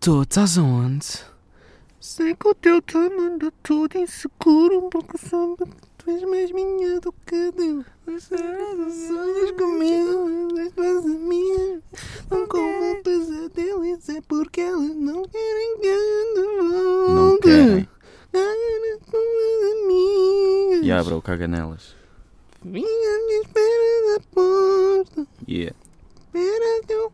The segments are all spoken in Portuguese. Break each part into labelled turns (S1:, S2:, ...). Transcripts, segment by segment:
S1: Tô, estás aonde?
S2: Sei que o teu te manda todo é inseguro porque sabe que tu és mais minha do que Deus. Mas sonhas comigo, mas faz a minha. Não como um pesadelo, isso é porque elas não querem que eu
S1: Hum,
S3: Não querem.
S2: Caga nas tuas amigas.
S3: E abra o caga nelas.
S2: Vinha à minha espera da porta.
S3: Yeah.
S2: Espera que eu.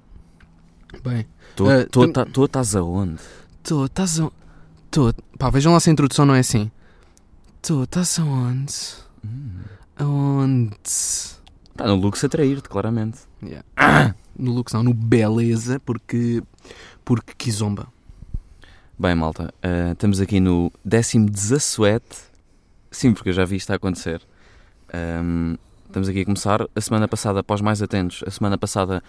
S1: Bem,
S3: Tu
S1: Eh,
S3: tu
S1: tem-
S3: tá- tu estás aonde?
S1: tô, estás aonde? Tô, pá, vejam lá se a introdução não é assim. Tô, tá estás aonde?
S3: Hum.
S1: Aonde?
S3: Está Tá no luxo a trair-te, claramente.
S1: Yeah. Ah! No Lux não, no Beleza, porque. Porque Kizomba.
S3: Bem, malta, eh, estamos aqui no décimo 17. Sim, porque eu já vi isto a acontecer. Ahm, estamos aqui a começar. A semana passada, para os mais atentos, a semana passada,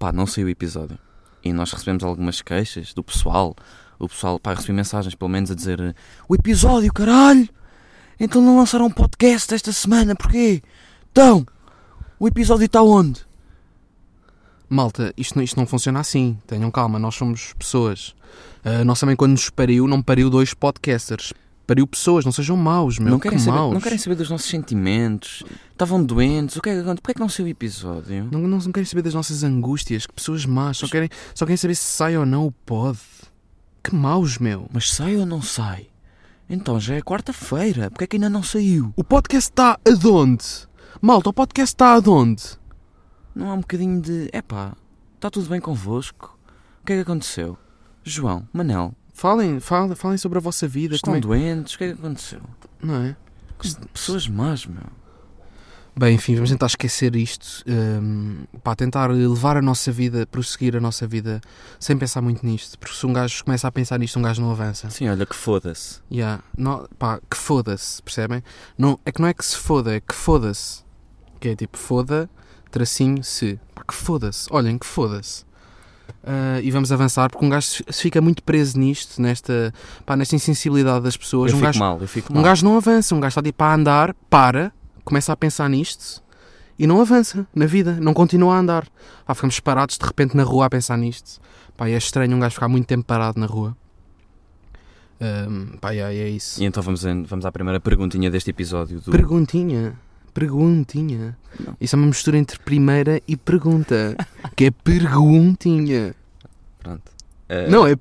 S3: pá, não saiu o episódio. E nós recebemos algumas queixas do pessoal. O pessoal, pá, recebi mensagens pelo menos a dizer: O episódio, caralho! Então não lançaram um podcast esta semana, porquê? Então, o episódio está onde?
S1: Malta, isto, não- isto não funciona assim. Tenham calma, nós somos pessoas. A nossa mãe, quando nos pariu, não pariu dois podcasters. Pariu pessoas, não sejam maus, meu.
S3: não, querem
S1: que
S3: saber,
S1: maus.
S3: não querem saber dos nossos sentimentos? Estavam doentes? O que é que acontece? Porquê é que não saiu o episódio?
S1: Não, não, não querem saber das nossas angústias, que pessoas más, só querem, só querem saber se sai ou não o pod. Que maus, meu.
S3: Mas sai ou não sai? Então já é quarta-feira, porque é que ainda não saiu?
S1: O podcast está aonde? Malta, o podcast está aonde?
S3: Não há um bocadinho de. Epá, está tudo bem convosco? O que é que aconteceu? João, Manel,
S1: Falem, falem, falem sobre a vossa vida,
S3: estão
S1: como é que-
S3: doentes? O que é que aconteceu?
S1: não é?
S3: Pessoas más, meu.
S1: Bem, enfim, vamos tentar esquecer isto, hum, pá, tentar levar a nossa vida, prosseguir a nossa vida sem pensar muito nisto, porque se um gajo começa a pensar nisto, um gajo não avança.
S3: Sim, olha que foda-se.
S1: Yeah. Não, pá, que foda-se, percebem? Não, é que não é que se foda, é que foda-se. Que é tipo foda, tracinho, se. Pá, que foda-se. Olhem, que foda-se. Ah, e vamos avançar, porque um gajo se- se fica muito preso nisto, nesta, pá, nesta insensibilidade das
S3: Eu
S1: pessoas. Um
S3: fico
S1: gajo,
S3: mal, eu fico
S1: um
S3: mal.
S1: gajo não avança, um gajo está tipo a andar, para, começa a pensar nisto e não avança na vida, não continua a andar. Pá, ficamos parados de repente na rua a pensar nisto. Pá, e é estranho um gajo ficar muito tempo parado na rua. Ahm, pá, yeah, é isso.
S3: E então vamos, em- vamos à primeira perguntinha deste episódio do.
S1: Perguntinha. Perguntinha.
S3: Não.
S1: Isso é uma mistura entre primeira e pergunta. Que é perguntinha.
S3: Pronto. Eh,
S1: Não, é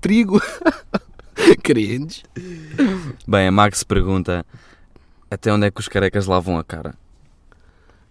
S1: perigo. Queridos.
S3: Bem, a Max pergunta: Até onde é que os carecas lavam a cara?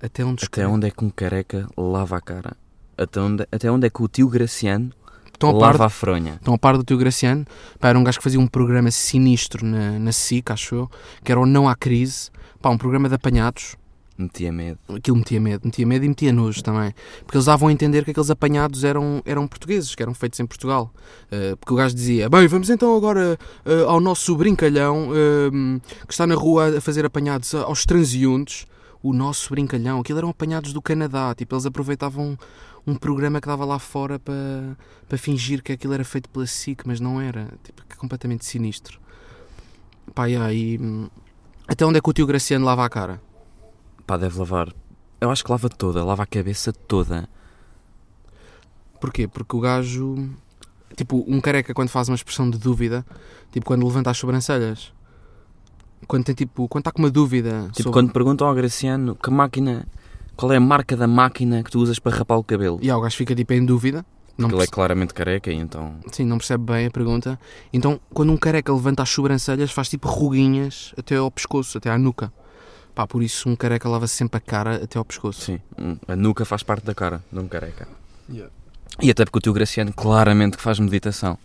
S1: Até onde os
S3: Até onde é que um careca lava a cara? Até onde, até onde é que o tio Graciano
S1: Estão a par
S3: lava a fronha?
S1: Estão Então, a par do teu Graciano? Pá, era um gajo que fazia um programa sinistro na, na SIC, acho eu, que era o Não Há Crise. Pá, um programa de apanhados.
S3: Metia medo.
S1: Aquilo metia medo, metia medo e metia nojo também. Porque eles davam a entender que aqueles apanhados eram, eram portugueses, que eram feitos em Portugal. Eh, porque o gajo dizia: Bem, vamos então agora eh, ao nosso brincalhão eh, que está na rua a fazer apanhados a- aos transeuntes. O nosso brincalhão, aquilo eram apanhados do Canadá. Tipo, eles aproveitavam um programa que dava lá fora para, para fingir que aquilo era feito pela SIC, mas não era. Tipo, que é completamente sinistro. Pá, yeah, e. hum, Até onde é que o tio Graciano lava a cara?
S3: Pá, deve lavar. Eu acho que lava toda, lava a cabeça toda.
S1: Porquê? Porque o gajo. Tipo, um careca quando faz uma expressão de dúvida, tipo quando levanta as sobrancelhas, quando tem tipo. quando está com uma dúvida.
S3: Tipo,
S1: sobre-
S3: quando perguntam ao Graciano que máquina. Qual é a marca da máquina que tu usas para rapar o cabelo?
S1: E ah, o gajo fica tipo em dúvida, não
S3: Ele é
S1: perce-
S3: claramente careca e então.
S1: sim, não percebe bem a pergunta. Então, quando um careca levanta as sobrancelhas, faz tipo ruguinhas até ao pescoço, até à nuca. Pá, por isso um careca lava sempre a cara até ao pescoço.
S3: Sim, um- a nuca faz parte da cara de um careca.
S1: Yeah.
S3: E até porque o teu Graciano claramente que faz meditação.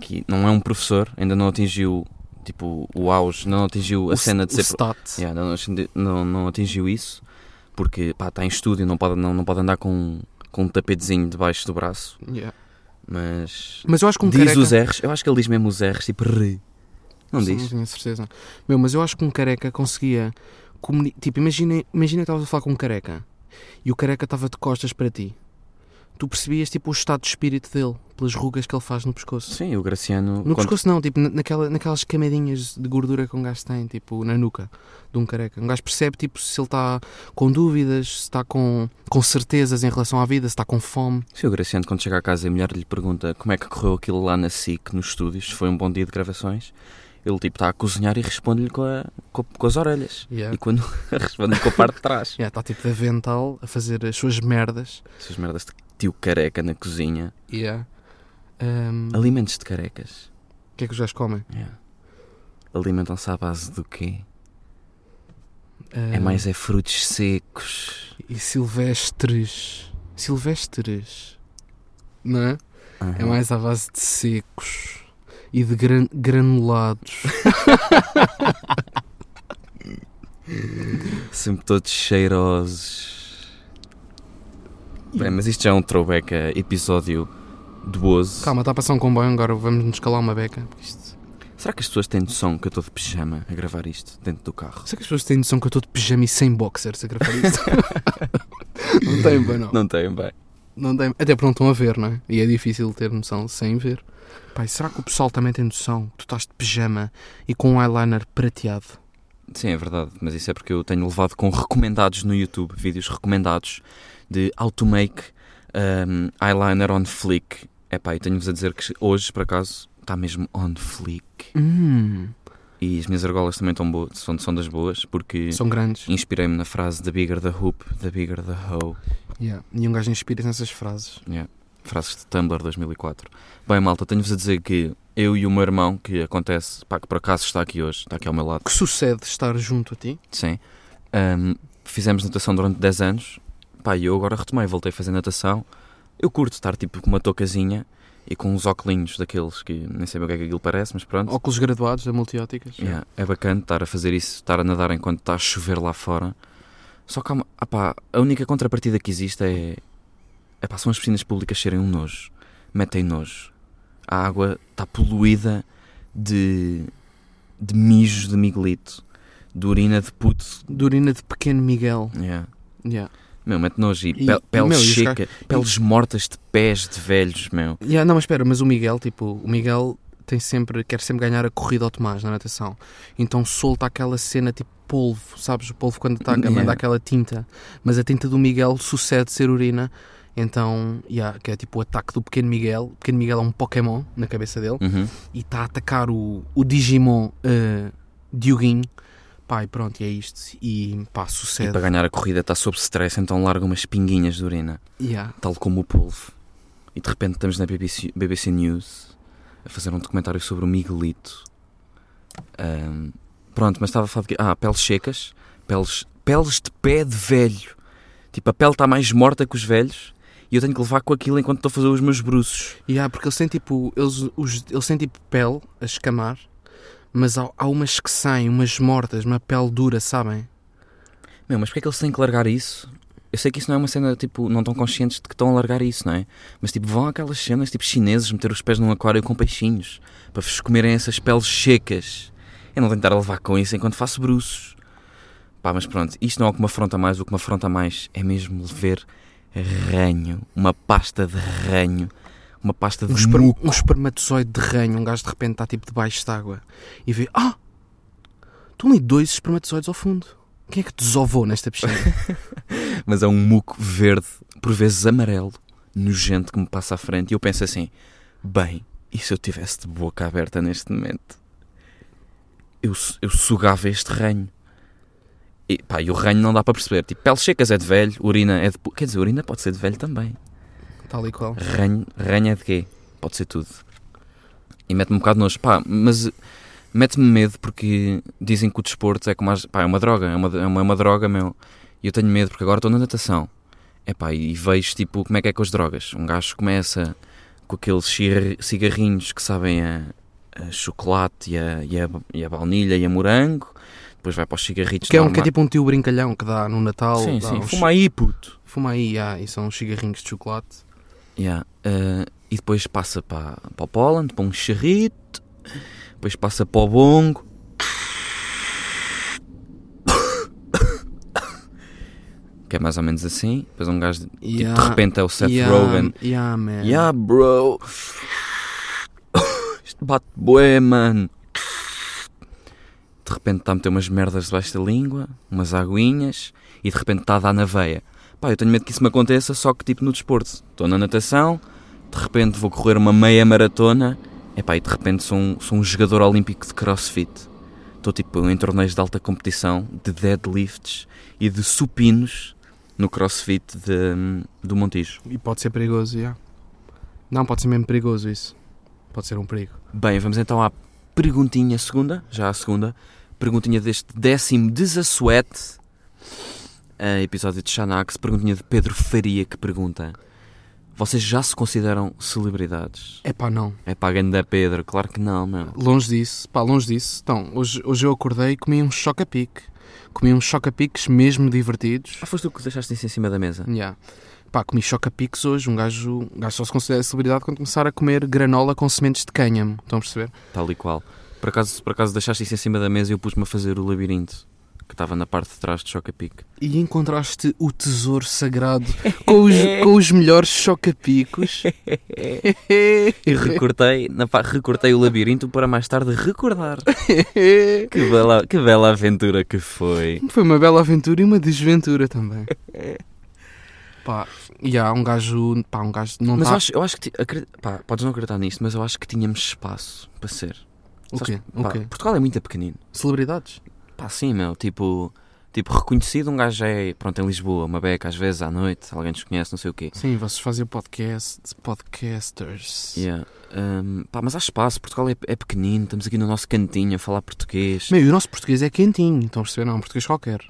S3: Que não é um professor, ainda não atingiu tipo o auge, ainda não atingiu a
S1: O
S3: cena de
S1: s-
S3: ser
S1: o stat.
S3: Yeah, não, não- não atingiu isso porque pá, está em estúdio, não pode, não, não pode andar com, com um tapetezinho debaixo do braço.
S1: Yeah.
S3: Mas
S1: Mas eu acho que um
S3: diz
S1: careca.
S3: os R's, eu acho que ele diz mesmo os R's, tipo re. Não
S1: Sim,
S3: diz?
S1: tenho certeza. Meu, mas eu acho que um careca conseguia. comuni- Tipo, imagina, imagina que estavas a falar com um careca e o careca estava de costas para ti. tu percebias tipo o estado de espírito dele, pelas rugas que ele faz no pescoço.
S3: Sim, o Graciano.
S1: No
S3: quando-
S1: pescoço não, tipo na- naquela, naquelas camadinhas de gordura que um gajo tem, tipo na nuca de um careca. Um gajo percebe tipo se ele está com dúvidas, se está com, com certezas em relação à vida, se está com fome.
S3: Sim, o Graciano, quando chega a casa, a mulher lhe pergunta como é que correu aquilo lá na SIC, nos estúdios, se foi um bom dia de gravações. Ele, tipo, está a cozinhar e responde-lhe com, a- com, a- com as orelhas.
S1: Yeah.
S3: E quando responde com a parte de trás.
S1: Yeah, está tipo de avental a fazer as suas merdas.
S3: Essas merdas de tio careca na cozinha.
S1: Yeah. Um, o
S3: Alimentos de carecas.
S1: que é que os gajos comem?
S3: Yeah. Alimentam-se à base do quê? É
S1: Um,
S3: mais é frutos secos.
S1: E silvestres. Silvestres. Não é? É
S3: Aham.
S1: mais à base de secos e de gran- granulados.
S3: Sempre todos cheirosos. Bem, mas isto já é um throwback a episódio 12.
S1: Calma, está a passar um comboio agora, vamos nos calar uma beca. porque Isto...
S3: Será que as pessoas têm noção que eu estou de pijama a gravar isto dentro do carro?
S1: Será que as pessoas têm noção que eu estou de pijama e sem boxers a gravar isto? não tem, bem, não.
S3: Não têm, bem.
S1: não tem. Até porque não estão a ver, não é? E é difícil ter noção sem ver. Pai, será que o pessoal também tem noção que tu estás de pijama e com um eyeliner prateado?
S3: Sim, é verdade, mas isso é porque eu tenho levado com recomendados no YouTube, vídeos recomendados de how to make um, eyeliner on flick. É pá, eu tenho-vos a dizer que hoje, por acaso, está mesmo on flick.
S1: Hum,
S3: E as minhas argolas também estão boas, são, são das boas, porque
S1: são grandes.
S3: inspirei-me na frase The bigger the hoop, the bigger the hoe.
S1: Yeah. E um gajo inspira-se nessas frases.
S3: Frases de Tumblr 2004. Bem, malta, tenho-vos a dizer que eu e o meu irmão, que acontece, pá, que por acaso está aqui hoje, está aqui ao meu lado,
S1: Que sucede estar junto a ti?
S3: Sim. Ahm, fizemos natação durante 10 anos. Pá, e eu agora retomei, voltei a fazer natação. Eu curto estar tipo com uma toucazinha e com uns óculos daqueles que nem sei bem o que é que aquilo parece, mas pronto.
S1: Óculos graduados da multióticas.
S3: Yeah, é bacana estar a fazer isso, estar a nadar enquanto está a chover lá fora. Só que há uma- ah pá, a única contrapartida que existe é. é pá, são as piscinas públicas serem um nojo. Metem nojo. A água está poluída de. de mijo de miguelito, de urina de puto.
S1: De urina de pequeno Miguel.
S3: Yeah.
S1: Yeah.
S3: Meu, mete nojo e,
S1: E-
S3: pe- pele
S1: meu, e os
S3: seca, peles mortas de pés de velhos, meu.
S1: Yeah, não, mas espera, mas o Miguel, tipo, o Miguel tem sempre, quer sempre ganhar a corrida ao Tomás na natação. Então solta aquela cena tipo polvo, sabes? O polvo quando ataca,
S3: Yeah.
S1: manda aquela tinta. Mas a tinta do Miguel sucede ser urina. Então, yeah, que é tipo o ataque do pequeno Miguel. O pequeno Miguel é um Pokémon na cabeça dele.
S3: Uhum.
S1: E está a atacar o, o Digimon eh, Dioguinho. Pá, e pronto, e é isto. E pá,
S3: E para
S1: sucede.
S3: ganhar a corrida está sob stress, então larga umas pinguinhas de urina,
S1: Yeah.
S3: tal como o polvo. E de repente estamos na BBC, BBC News a fazer um documentário sobre o Miguelito. Ahm, pronto, mas estava a falar de quê? Ah, peles secas, peles, peles de pé de velho. Tipo, a pele está mais morta que os velhos e eu tenho que levar com aquilo enquanto estou a fazer os meus bruços.
S1: E há, porque eles têm tipo, eles, os, eles têm tipo pele a escamar, mas há, há umas que saem, umas mortas, uma pele dura, sabem?
S3: Meu, mas porquê é que eles têm que largar isso? Eu sei que isso não é uma cena, tipo, não estão conscientes de que estão a largar isso, não é? Mas, tipo, vão àquelas cenas, tipo, chineses meter os pés num aquário com peixinhos para vos comerem essas peles secas. Eu não tenho de estar a levar com isso enquanto faço bruços. Pá, mas pronto, isto não é o que me afronta mais. O que me afronta mais é mesmo ver ranho, uma pasta de ranho, uma pasta de
S1: Um, esper-
S3: muco.
S1: um espermatozoide de ranho, um gajo de repente está tipo debaixo de água e vê, ah! Estão ali dois espermatozoides ao fundo. Quem é que desovou nesta piscina?
S3: mas é um muco verde, por vezes amarelo, nojento que me passa à frente. E eu penso assim: bem, e se eu tivesse de boca aberta neste momento? Eu, su- eu sugava este ranho. E, pá, e o ranho não dá para perceber. Tipo, peles secas é de velho, urina é de. pu- Quer dizer, urina pode ser de velho também.
S1: Tal e qual.
S3: Ranho, ranho é de quê? Pode ser tudo. E mete-me um bocado de nojo. Pá, mas eh, mete-me medo porque dizem que o desporto é como as... Pá, é uma droga, é uma, é uma, é uma droga, meu. E eu tenho medo porque agora estou na natação. É pá, e vejo tipo como é que é com as drogas. Um gajo começa com aqueles cir- cigarrinhos que sabem a, a chocolate e a, e, a, e a baunilha e a morango. Depois vai para os cigarritos
S1: Que é, um, que é
S3: normais.
S1: tipo um tio brincalhão que dá no Natal.
S3: Sim,
S1: dá
S3: sim,
S1: uns-
S3: fuma aí, puto.
S1: Fuma aí, ah, e são uns cigarrinhos de chocolate.
S3: Yeah. eh, e depois passa para, para o Poland, para um charrito, depois passa para o bongo. O que é mais ou menos assim. Depois um gajo, tipo,
S1: Yeah.
S3: de repente é o Seth
S1: yeah,
S3: Rogen.
S1: Yeah, man.
S3: Yeah, bro. Isto bate bué, mano. De repente está a meter umas merdas debaixo da língua, umas aguinhas, e de repente está a dar na veia. Pá, eu tenho medo que isso me aconteça, só que tipo no desporto. Estou na natação, de repente vou correr uma meia maratona, epá, e de repente sou um, sou um jogador olímpico de crossfit. Estou tipo em torneios de alta competição, de deadlifts e de supinos no crossfit de, do Montijo.
S1: E pode ser perigoso, yeah. Não, pode ser mesmo perigoso isso. Pode ser um perigo.
S3: Bem, vamos então à perguntinha segunda, já à segunda, perguntinha deste décimo desassuete eh, episódio de Xanax, perguntinha de Pedro Faria que pergunta Vocês já se consideram celebridades?
S1: É pá, não.
S3: É para a ganda Pedro, claro que não, meu.
S1: Longe disso, pá, longe disso. Então, hoje, hoje eu acordei e comi um choca-pique. Comi uns choca-piques mesmo divertidos.
S3: Ah, foste tu que deixaste isso em cima da mesa?
S1: Yeah. Pá, comi choca-piques hoje. Um gajo, um gajo só se considera celebridade quando começar a comer granola com sementes de cânhamo. Estão a perceber?
S3: Tal e qual. Por acaso, por acaso deixaste isso em cima da mesa e eu pus-me a fazer o labirinto, que estava na parte de trás de Chocapic.
S1: E encontraste o tesouro sagrado com os, com os melhores choca-picos.
S3: E recortei, na pa- recortei o labirinto para mais tarde recordar. Que bela, que bela aventura que foi.
S1: Foi uma bela aventura e uma desventura também.
S3: É.
S1: Pá, e há um gajo. Pá, um gajo não
S3: Mas eu
S1: tá...
S3: acho, eu acho que. ti- acre- Pá, podes não acreditar nisto, mas eu acho que tínhamos espaço para ser.
S1: O
S3: Sabes-
S1: quê? O
S3: pá,
S1: quê?
S3: Portugal é muito pequenino.
S1: Celebridades?
S3: Pá, sim, meu. Tipo, tipo, reconhecido, um gajo já é. Pronto, em Lisboa, uma beca às vezes à noite, alguém nos conhece, não sei o quê.
S1: Sim, vocês faziam podcast, podcasters.
S3: Yeah. Hum, pá, mas há espaço. Portugal é, é pequenino, estamos aqui no nosso cantinho a falar português.
S1: Meu, e o nosso português é quentinho, estão a perceber? Não, é um português qualquer.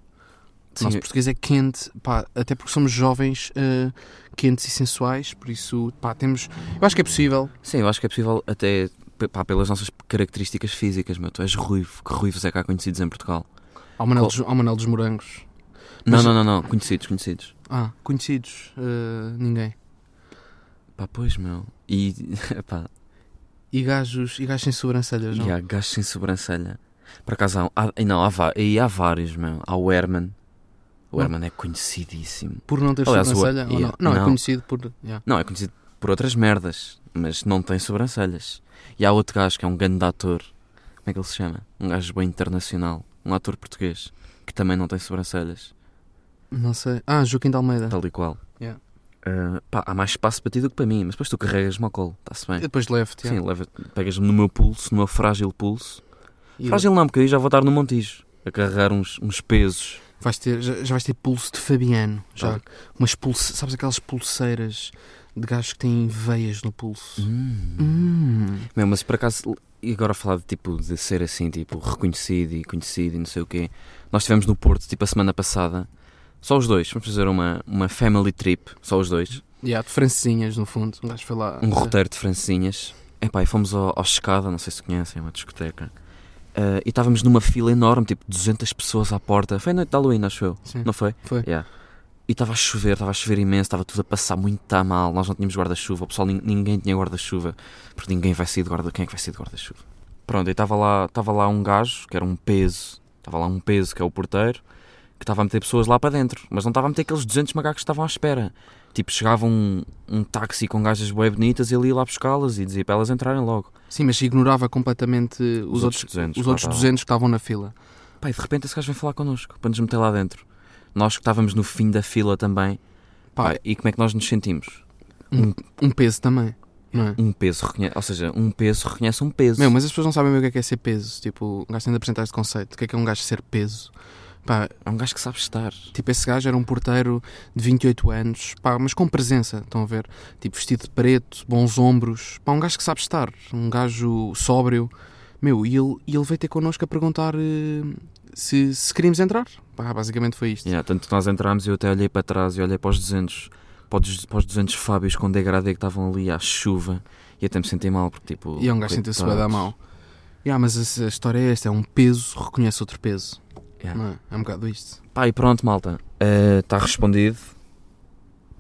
S1: O
S3: Sim,
S1: nosso português é quente, pá, até porque somos jovens, eh, quentes e sensuais, por isso, pá, temos. Eu acho que é possível.
S3: sim, eu acho que é possível até. p- Pá, pelas nossas características físicas, meu. Tu és ruivo, que ruivos é que há conhecidos em Portugal?
S1: Ao Manel,
S3: Qual-
S1: dos, ao Manel dos Morangos.
S3: Não,
S1: Mas-
S3: não, não, não, conhecidos, conhecidos.
S1: Ah, conhecidos, eh, ninguém.
S3: Pá, pois, meu. E, pá,
S1: E gajos, e gajos sem sobrancelhas, não?
S3: e há gajos sem sobrancelha. Por acaso, há, há, e não, há, va- e há vários, meu. Há o Herman. O
S1: Não.
S3: Herman é conhecidíssimo.
S1: Por não ter
S3: Aliás, o-
S1: sobrancelha? ou
S3: yeah,
S1: não? Não, é
S3: não.
S1: conhecido por. yeah.
S3: Não, é conhecido por outras merdas, mas não tem sobrancelhas. E há outro gajo que é um grande ator. Como é que ele se chama? Um gajo bem internacional. Um ator português. Que também não tem sobrancelhas.
S1: Não sei. Ah, Joaquim de Almeida.
S3: Tal e qual.
S1: Yeah.
S3: Ah, pá, há mais espaço para ti do que para mim, mas depois tu carregas-me ao colo, está-se
S1: Eu
S3: bem.
S1: depois left,
S3: Sim,
S1: yeah.
S3: leva- pegas-me no meu pulso, no meu frágil pulso,
S1: E
S3: Frágil não, porque aí já vou estar no Montijo a carregar uns, uns pesos.
S1: vais ter, já, já vais ter pulso de Fabiano. Já.
S3: Tal.
S1: Umas pulse, sabes aquelas pulseiras de gajos que têm veias no pulso? Hum.
S3: Meu, mas por acaso, e agora a falar de, tipo, de ser assim, tipo, reconhecido e conhecido e não sei o quê. Nós estivemos no Porto, tipo, a semana passada, só os dois, vamos fazer uma, uma family trip, só os dois,
S1: E há de francesinhas, no fundo. Um gajo foi lá.
S3: um roteiro de francinhas. Epá, e fomos ao, ao Escada, não sei se conhecem, é uma discoteca. Ah, e estávamos numa fila enorme, tipo 200 pessoas à porta. Foi a noite de Halloween, acho eu.
S1: Sim.
S3: Não foi?
S1: Hum. Foi.
S3: Yeah. E estava a chover, estava a chover imenso, estava tudo a passar muito a mal. Nós não tínhamos guarda-chuva, o pessoal, nin- ninguém tinha guarda-chuva, porque ninguém vai sair de guarda Quem é que vai sair de guarda-chuva? Pronto, e estava lá, estava lá um gajo, que era um peso, estava lá um peso, que é o porteiro, que estava a meter pessoas lá para dentro, mas não estava a meter aqueles 200 macacos que estavam à espera. Tipo, chegava um, um táxi com gajas bem bonitas e ele ia lá buscá-las e dizia para elas entrarem logo.
S1: Sim, mas ignorava completamente os, outros,
S3: 200.
S1: os
S3: lá
S1: outros
S3: estavam.
S1: 200 que estavam na fila.
S3: Pá, e de repente esse gajo vem falar connosco, para nos meter lá dentro. Nós que estávamos no fim da fila também,
S1: Pá,
S3: pá, e como é que nós nos sentimos?
S1: um peso também. Não é?
S3: Um peso reconhece, ou seja, um peso reconhece um peso.
S1: Meu, mas as pessoas não sabem bem o que é, que é ser peso. Tipo, um gajo tem de apresentar este conceito. O que é que é um gajo ser peso? Pá,
S3: É um gajo que sabe estar.
S1: Tipo, esse gajo era um porteiro de 28 anos, pá, mas com presença, estão a ver? Tipo, vestido de preto, bons ombros, pá, um gajo que sabe estar, um gajo sóbrio. Meu, e ele, e ele veio ter connosco a perguntar eh, se, se queríamos entrar. Pá, basicamente foi isto.
S3: Yeah, tanto que nós entrámos e eu até olhei para trás e olhei para os 200, para os, para os 200 Fábios com degradê que estavam ali à chuva e até me senti mal porque tipo.
S1: E é um gajo sentiu-se bem da
S3: coitados.
S1: mão. Yeah, mas a, a história é esta: é um peso, reconhece outro peso.
S3: Yeah.
S1: Não é? é um bocado isto.
S3: Pá, e pronto, malta. Eh, Está respondido.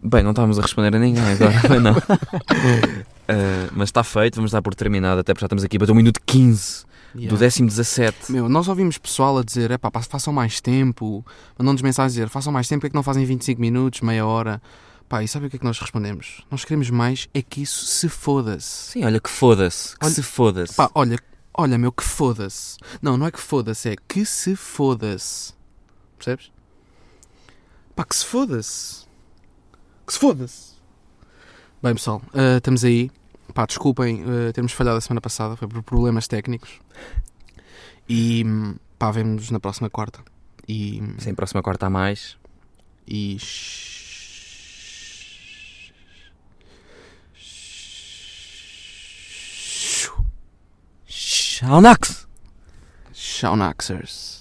S3: Bem, não estávamos a responder a ninguém agora, mas não. tá Eh, mas está feito, vamos dar por terminado, até porque já estamos aqui para um minuto 15
S1: Yeah.
S3: do décimo 17.
S1: Meu, nós ouvimos pessoal a dizer, epá, pá, façam mais tempo, mandam-nos mensagens a dizer, façam mais tempo, porque é que não fazem 25 minutos, meia hora? Pá, e sabe o que é que nós respondemos? Nós queremos mais, é que isso se foda-se.
S3: Sim, olha que foda-se, que
S1: Olha-
S3: se foda-se.
S1: Pá, olha, olha, meu, que foda-se. Não, não é que foda-se, é que se foda-se. Percebes? Pá, que se foda-se. Que se foda-se. Bem, pessoal, eh, estamos aí. Pá, desculpem eh, termos falhado a semana passada, foi por problemas técnicos. E, hum, pá, vemos na próxima quarta. E.
S3: Sim, próxima quarta a mais.
S1: E.
S3: Alnax!
S1: Shaunaxers.